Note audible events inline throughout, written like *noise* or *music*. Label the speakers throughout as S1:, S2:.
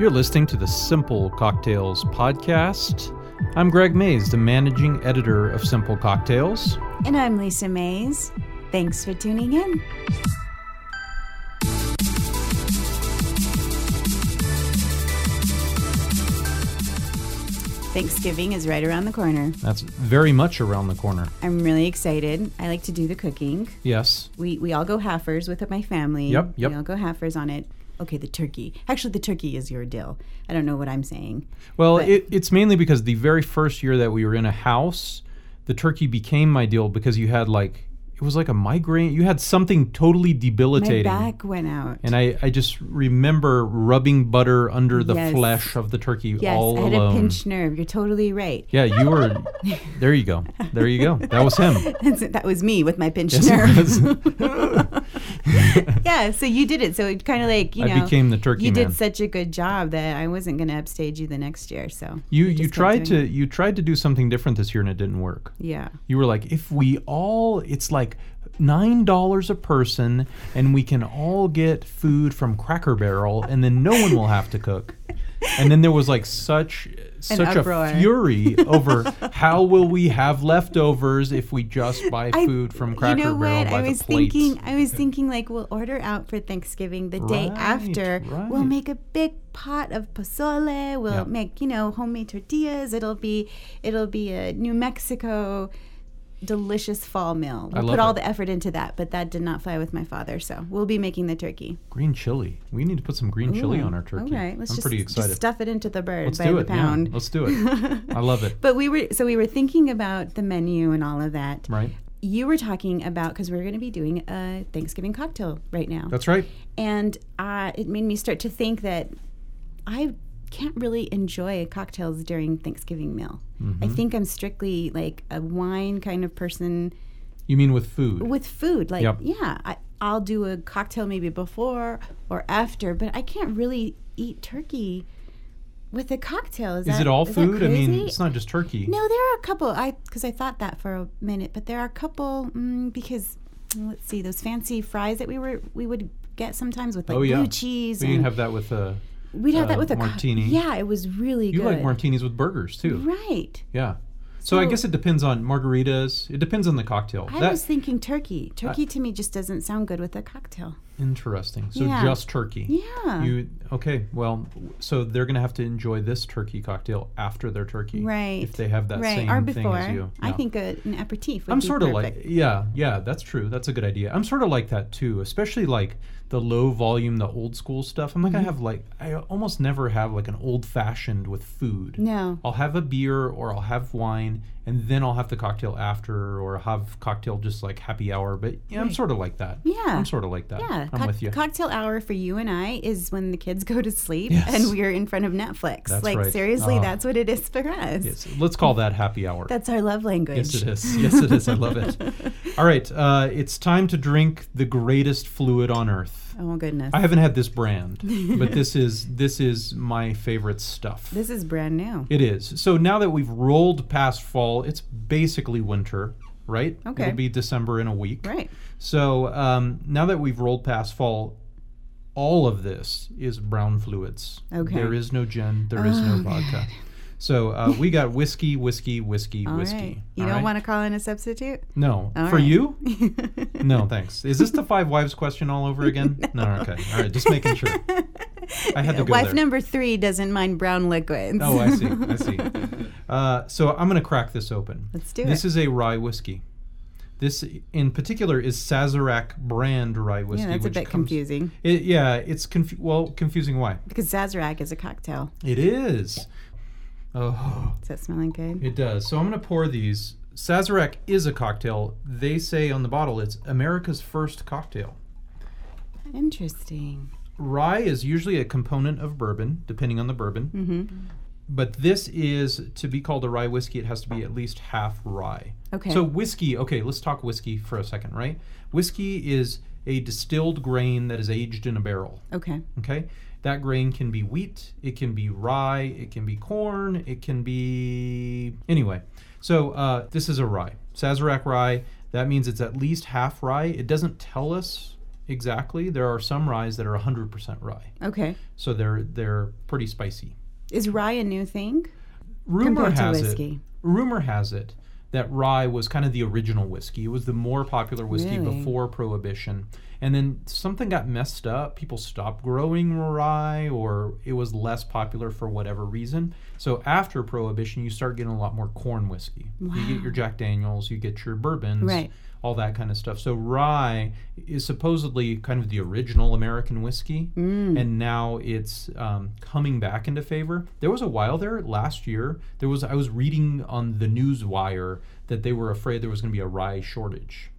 S1: You're listening to the Simple Cocktails podcast. I'm Greg Mays, the managing editor of Simple Cocktails.
S2: And I'm Lisa Mays. Thanks for tuning in. Thanksgiving is right around the corner.
S1: That's very much around the corner.
S2: I'm really excited. I like to do the cooking.
S1: Yes.
S2: We we all go halfers with my family.
S1: Yep, yep.
S2: We all go halfers on it. Okay, the turkey. Actually, the turkey is your dill. I don't know what I'm saying.
S1: Well,
S2: But-
S1: it, it's mainly because the very first year that we were in a house, the turkey became my deal because you had like, it was like a migraine. You had something totally
S2: My
S1: debilitating.
S2: back went out.
S1: And I, I just remember rubbing butter under the
S2: Yes.
S1: flesh of the turkey
S2: yes,
S1: all
S2: I had
S1: alone.
S2: a pinched nerve. You're totally right.
S1: Yeah, you were. there you go. There you go. That was him.
S2: *laughs* That's, that was me with my pinched
S1: Yes, it *laughs*
S2: *laughs* nerve.
S1: was.
S2: yeah, so you did it. So it kind of like you
S1: I
S2: know,
S1: became the turkey
S2: you
S1: man.
S2: did such a good job that I wasn't going to upstage you the next year. So
S1: you
S2: we
S1: you
S2: just kept
S1: tried
S2: doing
S1: to you tried to do something different this year and it didn't work.
S2: it. yeah.
S1: You were like, if we all, it's like nine dollars a person, and we can all get food from Cracker Barrel, and then no one will have to cook. And then there was like
S2: *laughs*
S1: such such
S2: uproar.
S1: a
S2: *laughs*
S1: fury over how will we have leftovers if we just buy
S2: I-
S1: food from Cracker
S2: you know
S1: Barrel
S2: what?
S1: by
S2: I
S1: the
S2: was
S1: plate.
S2: thinking. I was thinking like we'll order out for Thanksgiving the day
S1: Right,
S2: after. We'll
S1: right.
S2: make a big pot of pozole. We'll
S1: Yeah.
S2: make you know homemade tortillas. It'll be it'll be a New Mexico delicious fall meal. We'll
S1: love
S2: put all
S1: it.
S2: the effort into that, but that did not fly with my father. So we'll be making the turkey.
S1: green chili. We need to put some green chili
S2: Ooh,
S1: on our turkey.
S2: All right, Hmm, let's
S1: I'm
S2: just,
S1: pretty
S2: just
S1: excited.
S2: stuff it into the bird
S1: let's
S2: by
S1: do
S2: the
S1: it. yeah.
S2: pound.
S1: let's do it. I love it.
S2: *laughs* But we were so we were thinking about the menu and all of that.
S1: Right.
S2: You were talking about because we're going to be doing a Thanksgiving cocktail right now,
S1: That's right.
S2: and uh, it made me start to think that I can't really enjoy cocktails during Thanksgiving meal. I
S1: Mm-hmm.
S2: think I'm strictly like a wine kind of person
S1: You mean with food?
S2: with food. Like,
S1: Yep.
S2: yeah, I, I'll do a cocktail maybe before or after, but I can't really eat turkey with a cocktail. Is,
S1: is
S2: that,
S1: it all
S2: is that
S1: food? I mean,
S2: crazy?
S1: it's not just turkey.
S2: No, there are a couple. I because I thought that for a minute, but there are a couple mm, because mm, let's see those fancy fries that we were we would get sometimes with like
S1: Oh, yeah.
S2: blue cheese.
S1: We can
S2: and
S1: have that with a.
S2: we'd have
S1: uh,
S2: that with a co-
S1: martini.
S2: yeah, it was really
S1: You
S2: good.
S1: like martinis with burgers too.
S2: Right.
S1: Yeah. So, I
S2: So-
S1: guess it depends on margaritas. It depends on the cocktail.
S2: I was
S1: That's
S2: thinking turkey. Turkey to me just doesn't sound good with a cocktail.
S1: interesting. So
S2: Yeah.
S1: just turkey.
S2: Yeah.
S1: You okay? Well, w- so they're gonna have to enjoy this turkey cocktail after their turkey,
S2: Right.
S1: If they have that
S2: right.
S1: same
S2: Or
S1: thing
S2: before.
S1: as you.
S2: I
S1: Yeah.
S2: think a, an aperitif would
S1: I'm
S2: be
S1: sort of like
S2: perfect.
S1: yeah, yeah, that's true. That's a good idea. I'm sort of like that too, especially like the low volume, the old school stuff. I'm not
S2: Mm-hmm.
S1: gonna have like I almost never have like an old fashioned with food.
S2: No.
S1: I'll have a beer or I'll have wine and then I'll have the cocktail after or have cocktail just like happy hour. But yeah, I'm sort of like that.
S2: Yeah.
S1: I'm sort of like that.
S2: Yeah,
S1: I'm
S2: cock-
S1: with you.
S2: cocktail hour for you and I is when the kids go to sleep
S1: Yes.
S2: and we're in front of Netflix.
S1: That's
S2: like
S1: right.
S2: seriously,
S1: Ah.
S2: that's what it is for us.
S1: Yes, let's call that happy hour.
S2: That's our love language.
S1: Yes, it is. Yes, it is. I love it. All right. Uh, it's time to drink the greatest fluid on earth.
S2: *laughs* Oh goodness.
S1: I haven't had this
S2: *laughs*
S1: brand, but this is this is my favorite stuff.
S2: this is brand new.
S1: it is. So now that we've rolled past fall, it's basically winter, right?
S2: Okay.
S1: It'll be December in a week.
S2: Right.
S1: So um, now that we've rolled past fall, all of this is brown fluids.
S2: Okay. Oh,
S1: There is no gin. There is no vodka. So uh, we got whiskey, whiskey, whiskey,
S2: All right.
S1: whiskey.
S2: You
S1: all
S2: don't
S1: right?
S2: want to call in a substitute?
S1: No.
S2: All
S1: For
S2: right. *laughs*
S1: you? No, thanks. Is this the five wives question all over
S2: *laughs*
S1: again? no. Okay. All right. Just making sure. I had to go
S2: Wife
S1: there.
S2: number three doesn't mind brown liquids.
S1: Oh, I see. I see. Uh, so I'm going to crack this open.
S2: *laughs* Let's do
S1: This
S2: it.
S1: is a rye whiskey. This, in particular, is Sazerac brand rye whiskey.
S2: yeah, that's a
S1: which
S2: bit
S1: comes-
S2: confusing
S1: It, yeah, it's confu- well confusing. Why?
S2: because Sazerac is a cocktail.
S1: It is. Oh,
S2: Is that smelling good?
S1: it does. So I'm going to pour these. Sazerac is a cocktail. They say on the bottle it's America's first cocktail.
S2: Interesting.
S1: Rye is usually a component of bourbon, depending on the bourbon.
S2: Mhm.
S1: But this is to be called a rye whiskey. It has to be at least half rye.
S2: Okay.
S1: So whiskey, okay, let's talk whiskey for a second, right? Whiskey is a distilled grain that is aged in a barrel,
S2: okay.
S1: okay? That grain can be wheat, it can be rye, it can be corn, it can be anyway. So uh, this is a rye, Sazerac rye. That means it's at least half rye. It doesn't tell us exactly. There are some ryes that are 100% rye,
S2: Okay.
S1: so they're they're pretty spicy.
S2: Is rye a new thing
S1: Rumor
S2: compared to
S1: has it.
S2: whiskey?
S1: Rumor has it that rye was kind of the original whiskey. It was the more popular whiskey
S2: Really?
S1: before Prohibition. And then something got messed up. People stopped growing rye or it was less popular for whatever reason. So after Prohibition, you start getting a lot more corn whiskey. You get your Jack Daniels, you get your bourbons,
S2: Right.
S1: all that kind of stuff. So rye is supposedly kind of the original American whiskey, and now it's um, coming back into favor. There was a while there last year. There was I was reading on the news wire that they were afraid there was going to be a rye shortage.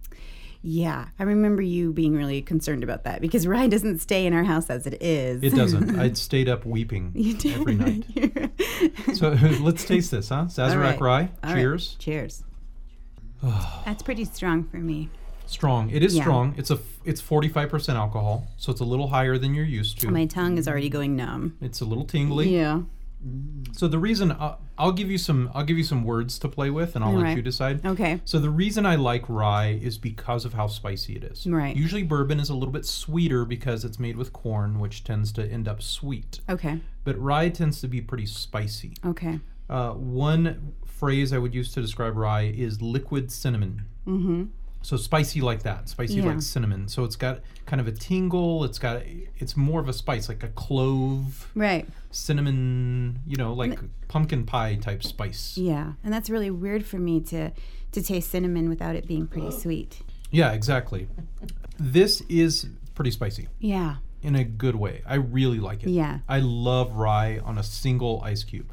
S2: Yeah, I remember you being really concerned about that because rye doesn't stay in our house as it is.
S1: It
S2: *laughs*
S1: doesn't. I'd stayed up weeping every night. So let's taste
S2: *laughs*
S1: this, huh? Sazerac
S2: right.
S1: rye.
S2: All
S1: *laughs*
S2: right,
S1: Cheers. *sighs*
S2: Cheers. That's pretty strong for me.
S1: Strong. It is
S2: Yeah.
S1: strong. It's a f- it's 45% alcohol, so it's a little higher than you're used to.
S2: My tongue is already going numb.
S1: it's a little tingly.
S2: Yeah.
S1: So the reason uh, I'll give you some I'll give you some words to play with, and I'll let
S2: Alright.
S1: you decide.
S2: Okay.
S1: So the reason I like rye is because of how spicy it is.
S2: Right.
S1: Usually bourbon is a little bit sweeter because it's made with corn, which tends to end up sweet.
S2: Okay.
S1: But rye tends to be pretty spicy.
S2: Okay.
S1: Uh, one phrase I would use to describe rye is liquid cinnamon. Mm-hmm. So spicy like that, spicy
S2: Yeah.
S1: like cinnamon. So it's got kind of a tingle. It's got it's more of a spice like a clove
S2: Right.
S1: cinnamon, you know, like pumpkin pie type spice.
S2: Yeah. And that's really weird for me to to taste cinnamon without it being pretty sweet.
S1: Yeah, exactly. This is pretty spicy
S2: Yeah.
S1: in a good way. I really like it.
S2: Yeah.
S1: I love rye on a single ice cube.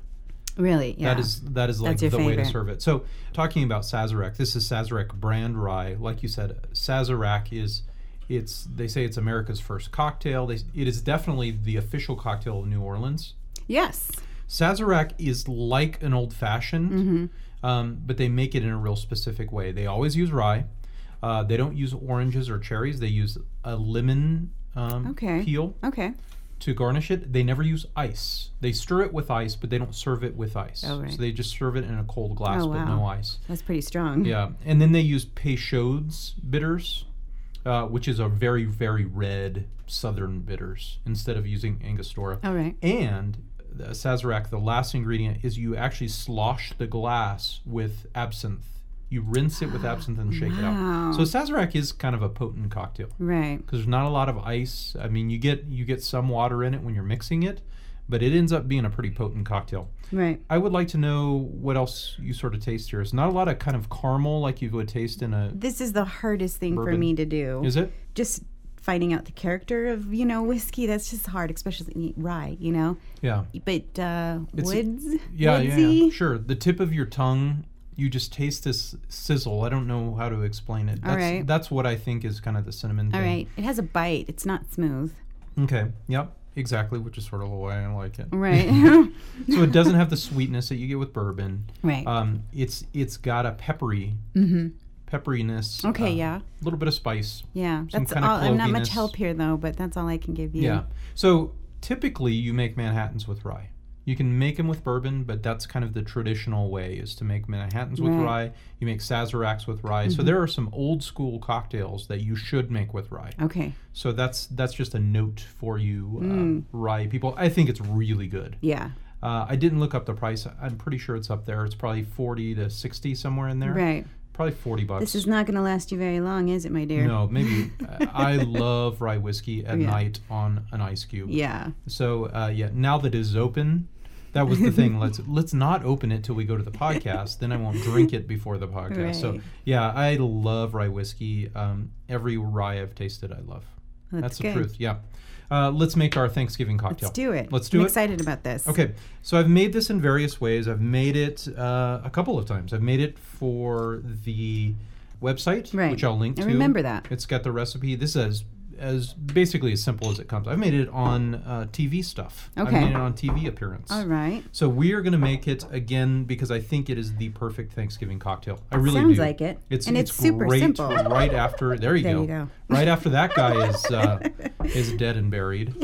S2: Really. Yeah.
S1: That is that is like
S2: That's
S1: the
S2: your
S1: way to
S2: favorite.
S1: serve it. So, talking about Sazerac, this is Sazerac brand rye. Like you said, Sazerac is it's they say it's America's first cocktail. They, it is definitely the official cocktail of New Orleans.
S2: Yes.
S1: Sazerac is like an old fashioned,
S2: Mm-hmm.
S1: um, but they make it in a real specific way. They always use rye. Uh, they don't use oranges or cherries. They use a lemon um,
S2: Okay.
S1: peel
S2: Okay.
S1: to garnish it. They never use ice. They stir it with ice, but they don't serve it with ice.
S2: Oh, right.
S1: So they just serve it in a cold glass
S2: Oh,
S1: with
S2: wow.
S1: no ice.
S2: That's pretty strong.
S1: Yeah. And then they use Peychaud's bitters, uh, which is a very, very red southern bitters instead of using Angostura.
S2: All right.
S1: And the Sazerac, the last ingredient is you actually slosh the glass with absinthe. You rinse it with absinthe and shake
S2: Wow.
S1: it out. So Sazerac is kind of a potent cocktail
S2: Right.
S1: because there's not a lot of ice. I mean, you get you get some water in it when you're mixing it, but it ends up being a pretty potent cocktail.
S2: Right.
S1: I would like to know what else you sort of taste here. It's not a lot of kind of caramel like you would taste in a.
S2: This is the hardest thing for
S1: Bourbon.
S2: me to do.
S1: Is it?
S2: just finding out the character of you know whiskey that's just hard especially rye you know
S1: Yeah.
S2: but uh
S1: It's-
S2: woods
S1: Yeah, yeah,
S2: woodsy
S1: yeah. Sure. The tip of your tongue, you just taste this sizzle. I don't know how to explain it. That's,
S2: right.
S1: That's what I think is kind of the cinnamon
S2: all
S1: thing.
S2: right it has a bite it's not smooth
S1: Okay. Yep. Exactly, which is sort of the way I like
S2: Mm.
S1: it.
S2: right *laughs*
S1: so it doesn't have the sweetness that you get with bourbon.
S2: right
S1: Um, it's it's got a peppery pepperiness.
S2: Mm-hmm. okay
S1: uh,
S2: yeah
S1: A little bit of spice.
S2: yeah
S1: some
S2: that's all
S1: kind of
S2: i'm not much
S1: cloviness.
S2: help here though but that's all i can give you
S1: Yeah. So typically you make Manhattans with rye. You can make them with bourbon, but that's kind of the traditional way is to make Manhattans with
S2: Right.
S1: rye.
S2: Mm-hmm.
S1: You make Sazeracs with rye. So there are some old school cocktails that you should make with rye.
S2: okay
S1: So that's that's just a note for you
S2: Mm.
S1: um, rye people. I think it's really good.
S2: yeah
S1: Uh, I didn't look up the price. I'm pretty sure it's up there. It's probably 40 to 60 somewhere in there.
S2: right
S1: Probably 40 bucks.
S2: this is not going to last you very long is it my dear
S1: no, maybe uh,
S2: *laughs*
S1: I I love rye whiskey at
S2: Yeah.
S1: night on an ice cube.
S2: yeah
S1: So uh, yeah, now that it is open, that was the
S2: *laughs*
S1: thing. let's let's not open it till we go to the podcast. then I won't drink it before the podcast. So
S2: Right.
S1: yeah, I love rye whiskey. Um, every rye I've tasted, I love.
S2: That's
S1: the
S2: good.
S1: truth. Yeah. Uh, let's make our Thanksgiving cocktail.
S2: let's do it
S1: Let's do
S2: I'm
S1: it.
S2: excited about this
S1: Okay, so I've made this in various ways. I've made it uh, a couple of times. I've made it for the website,
S2: Right.
S1: which I'll link
S2: I
S1: to.
S2: remember that.
S1: It's got the recipe. This is as basically as simple as it comes. I've made it on uh, TV stuff. I've
S2: Okay.
S1: made it on TV appearance.
S2: all right
S1: So we are going to make it again because I think it is the perfect Thanksgiving cocktail. I really
S2: Sounds
S1: do.
S2: like it.
S1: It's
S2: And
S1: it's,
S2: it's super
S1: great
S2: simple.
S1: *laughs* Right after there you
S2: There
S1: go.
S2: you go.
S1: *laughs* Right after that guy is
S2: *laughs*
S1: uh, is dead and buried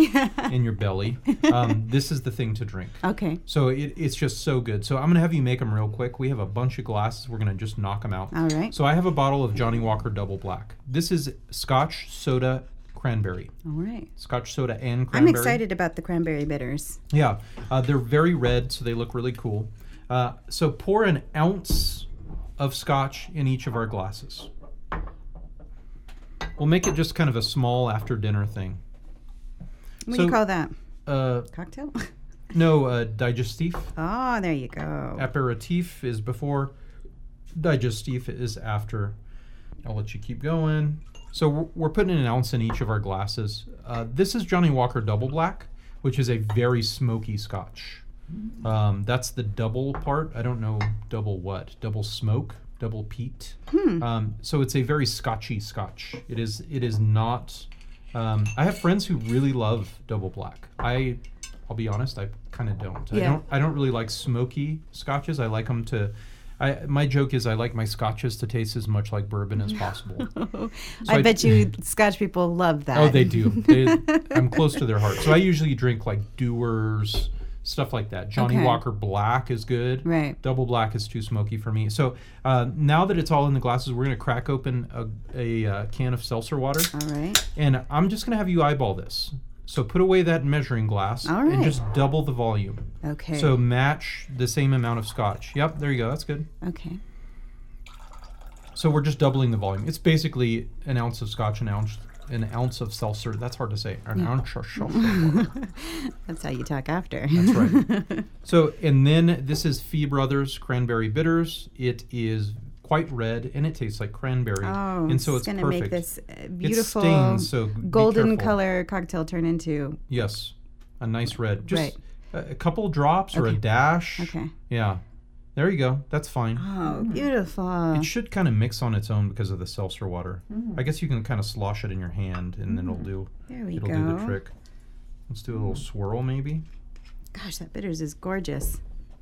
S1: in your belly. Um, this is the thing to drink.
S2: okay
S1: So it, it's just so good. So I'm gonna have you make them real quick. We have a bunch of glasses. We're gonna just knock them out.
S2: all right
S1: So I have a bottle of Johnny Walker Double Black. This is Scotch soda cranberry,
S2: All right.
S1: Scotch soda and
S2: I'm
S1: cranberry.
S2: excited about the cranberry bitters.
S1: Yeah, uh, they're very red, so they look really cool. Uh, so pour an ounce of scotch in each of our glasses. We'll make it just kind of a small after dinner thing.
S2: What do
S1: So-
S2: you call that?
S1: Uh,
S2: Cocktail? *laughs*
S1: no, uh, digestif.
S2: oh, there you *laughs* go.
S1: Aperitif is before, digestif is after. I'll let you keep going. So we're, we're putting an ounce in each of our glasses. Uh, this is Johnny Walker Double Black, which is a very smoky scotch. Um, that's the double part. I don't know double what. Double smoke, double peat.
S2: Hmm.
S1: Um, so it's a very scotchy scotch. It is. It is not. Um, I have friends who really love double black. I, I'll be honest. I kind of don't. I
S2: Yeah.
S1: don't. I don't really like smoky scotches. I like them to. I, my joke is I like my scotches to taste as much like bourbon
S2: *laughs*
S1: as possible.
S2: I,
S1: I-
S2: bet you Scotch people love that.
S1: Oh, they do. They,
S2: *laughs*
S1: I'm close to their heart. So I usually drink like Dewar's, stuff like that. Johnny
S2: Okay.
S1: Walker Black is good.
S2: Right.
S1: Double Black is too smoky for me. So uh, now that it's all in the glasses, we're going to crack open a, a uh, can of seltzer water.
S2: All right.
S1: And I'm just going to have you eyeball this. So put away that measuring glass
S2: All
S1: and
S2: right.
S1: just double the volume.
S2: Okay.
S1: So match the same amount of scotch. Yep, there you go. That's good.
S2: okay.
S1: So we're just doubling the volume. It's basically an ounce of scotch, an ounce, an ounce of seltzer. That's hard to say. An ounce of seltzer.
S2: *laughs* That's how you talk after.
S1: That's right.
S2: *laughs*
S1: So and then this is Fee Brothers Cranberry Bitters. It is quite red and it tastes like cranberry.
S2: Oh,
S1: and so it's
S2: gonna
S1: perfect.
S2: make this uh,
S1: it
S2: beautiful
S1: stains, so be
S2: golden
S1: careful.
S2: color cocktail turn into.
S1: Yes, a nice red. Just
S2: Right.
S1: a, a couple drops or a
S2: Okay.
S1: dash.
S2: Okay.
S1: Yeah. There you go. That's fine.
S2: Oh, beautiful.
S1: Mm. It should kind of mix on its own because of the seltzer water.
S2: Mm.
S1: I guess you can kind of slosh it in your hand and then it'll do
S2: there we
S1: it'll
S2: go. Mm.
S1: do the trick. Let's do a little swirl maybe.
S2: Gosh, that bitters is gorgeous.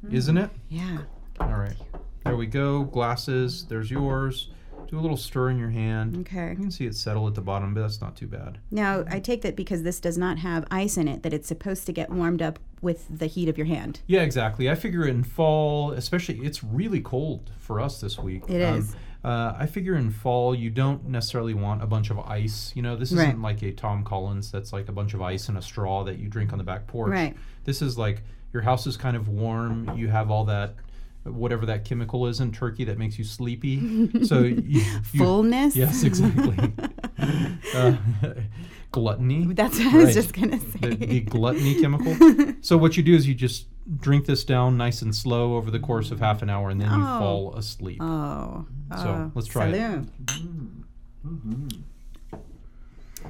S1: Isn't it?
S2: Yeah.
S1: All right. There we go. Glasses. There's yours. Do a little stir in your hand.
S2: Okay.
S1: You can see it settle at the bottom, but that's not too bad.
S2: Now, I take that because this does not have ice in it, that it's supposed to get warmed up with the heat of your hand.
S1: Yeah, exactly. I figure in fall, especially it's really cold for us this week.
S2: It
S1: It
S2: is.
S1: is. Uh, I figure in fall you don't necessarily want a bunch of ice. You know, this
S2: Right.
S1: isn't like a Tom Collins that's like a bunch of ice and a straw that you drink on the back porch.
S2: Right.
S1: This is like your house is kind of warm. You have all that whatever that chemical is in turkey that makes you sleepy. So you, you
S2: Fullness?
S1: yes,
S2: *laughs*
S1: exactly. *laughs* uh, *laughs* gluttony
S2: That's what I was
S1: Right.
S2: just going to
S1: the,
S2: say.
S1: the gluttony chemical. So what you do is you just drink this down nice and slow over the course of half an hour, and then you
S2: Oh.
S1: fall asleep.
S2: *laughs* Oh.
S1: So,
S2: oh,
S1: let's try it.
S2: Salud.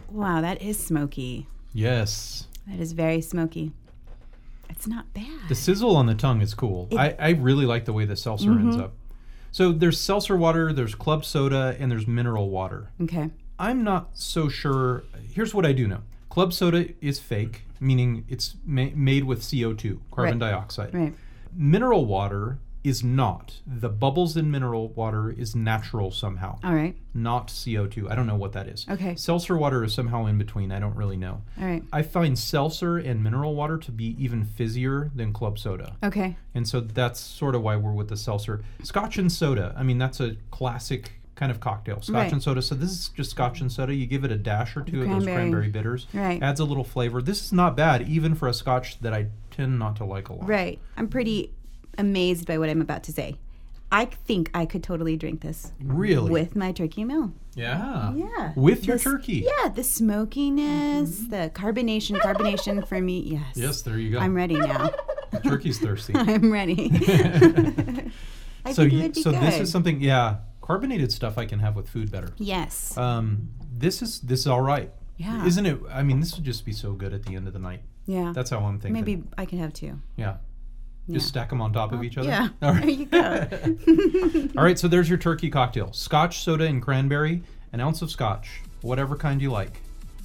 S2: Wow, that is smoky.
S1: Yes,
S2: That is very smoky. It's not bad.
S1: the sizzle on the tongue is cool. I, I really like the way the seltzer
S2: Mm-hmm.
S1: ends up. So there's seltzer water, there's club soda, and there's mineral water.
S2: Okay.
S1: I'm not so sure. Here's what I do know: club soda is fake, meaning it's ma- made with CO2, carbon dioxide.
S2: Right.
S1: Mineral water is not. The bubbles in mineral water is natural somehow.
S2: All right.
S1: not CO2. I don't know what that is.
S2: Okay.
S1: Seltzer water is somehow in between. I don't really know.
S2: All right.
S1: I find seltzer and mineral water to be even fizzier than club soda.
S2: Okay.
S1: And so that's sort of why we're with the seltzer. Scotch and soda. I mean, that's a classic kind of cocktail. Scotch
S2: Right.
S1: and soda. So this is just scotch and soda. You give it a dash or two of those
S2: Cranberry.
S1: cranberry bitters.
S2: Right.
S1: Adds a little flavor. This is not bad, even for a scotch that I tend not to like a lot.
S2: Right. I'm pretty amazed by what I'm about to say. I think I could totally drink this
S1: Really?
S2: with my turkey meal.
S1: yeah.
S2: Yeah.
S1: With your
S2: This-
S1: turkey. Mm-hmm.
S2: Yeah, the smokiness, the carbonation, carbonation for me. Yes.
S1: Yes, there you go.
S2: I'm ready
S1: *laughs*
S2: now.
S1: Turkey's thirsty.
S2: *laughs* I'm
S1: *laughs*
S2: ready. *laughs* I
S1: so
S2: think
S1: you-
S2: it would be
S1: so
S2: good.
S1: this is something yeah carbonated stuff i can have with food better
S2: yes.
S1: um this is this is all right
S2: Yeah.
S1: isn't it i mean this would just be so good at the end of the night
S2: yeah.
S1: that's how i'm thinking
S2: Maybe I can have two.
S1: yeah just
S2: Yeah.
S1: stack them on top of each other
S2: yeah.
S1: all
S2: *laughs* There
S1: right *laughs*
S2: you go.
S1: all right so there's your turkey cocktail scotch soda and cranberry an ounce of scotch whatever kind you like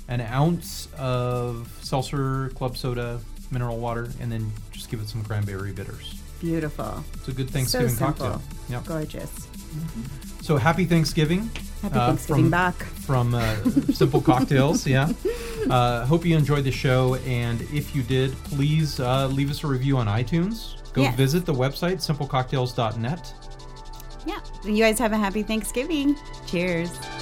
S1: an ounce of seltzer club soda mineral water and then just give it some cranberry bitters
S2: Beautiful.
S1: it's a good thanksgiving
S2: simple.
S1: cocktail yep.
S2: Gorgeous.
S1: so happy thanksgiving
S2: Happy
S1: uh,
S2: Thanksgiving
S1: from-
S2: back.
S1: from uh, Simple Cocktails. Yeah. Uh, hope you enjoyed the show. And if you did, please uh, leave us a review on iTunes. Go
S2: Yeah.
S1: visit the website, simplecocktails.net.
S2: Yeah. You guys have a happy Thanksgiving. Cheers.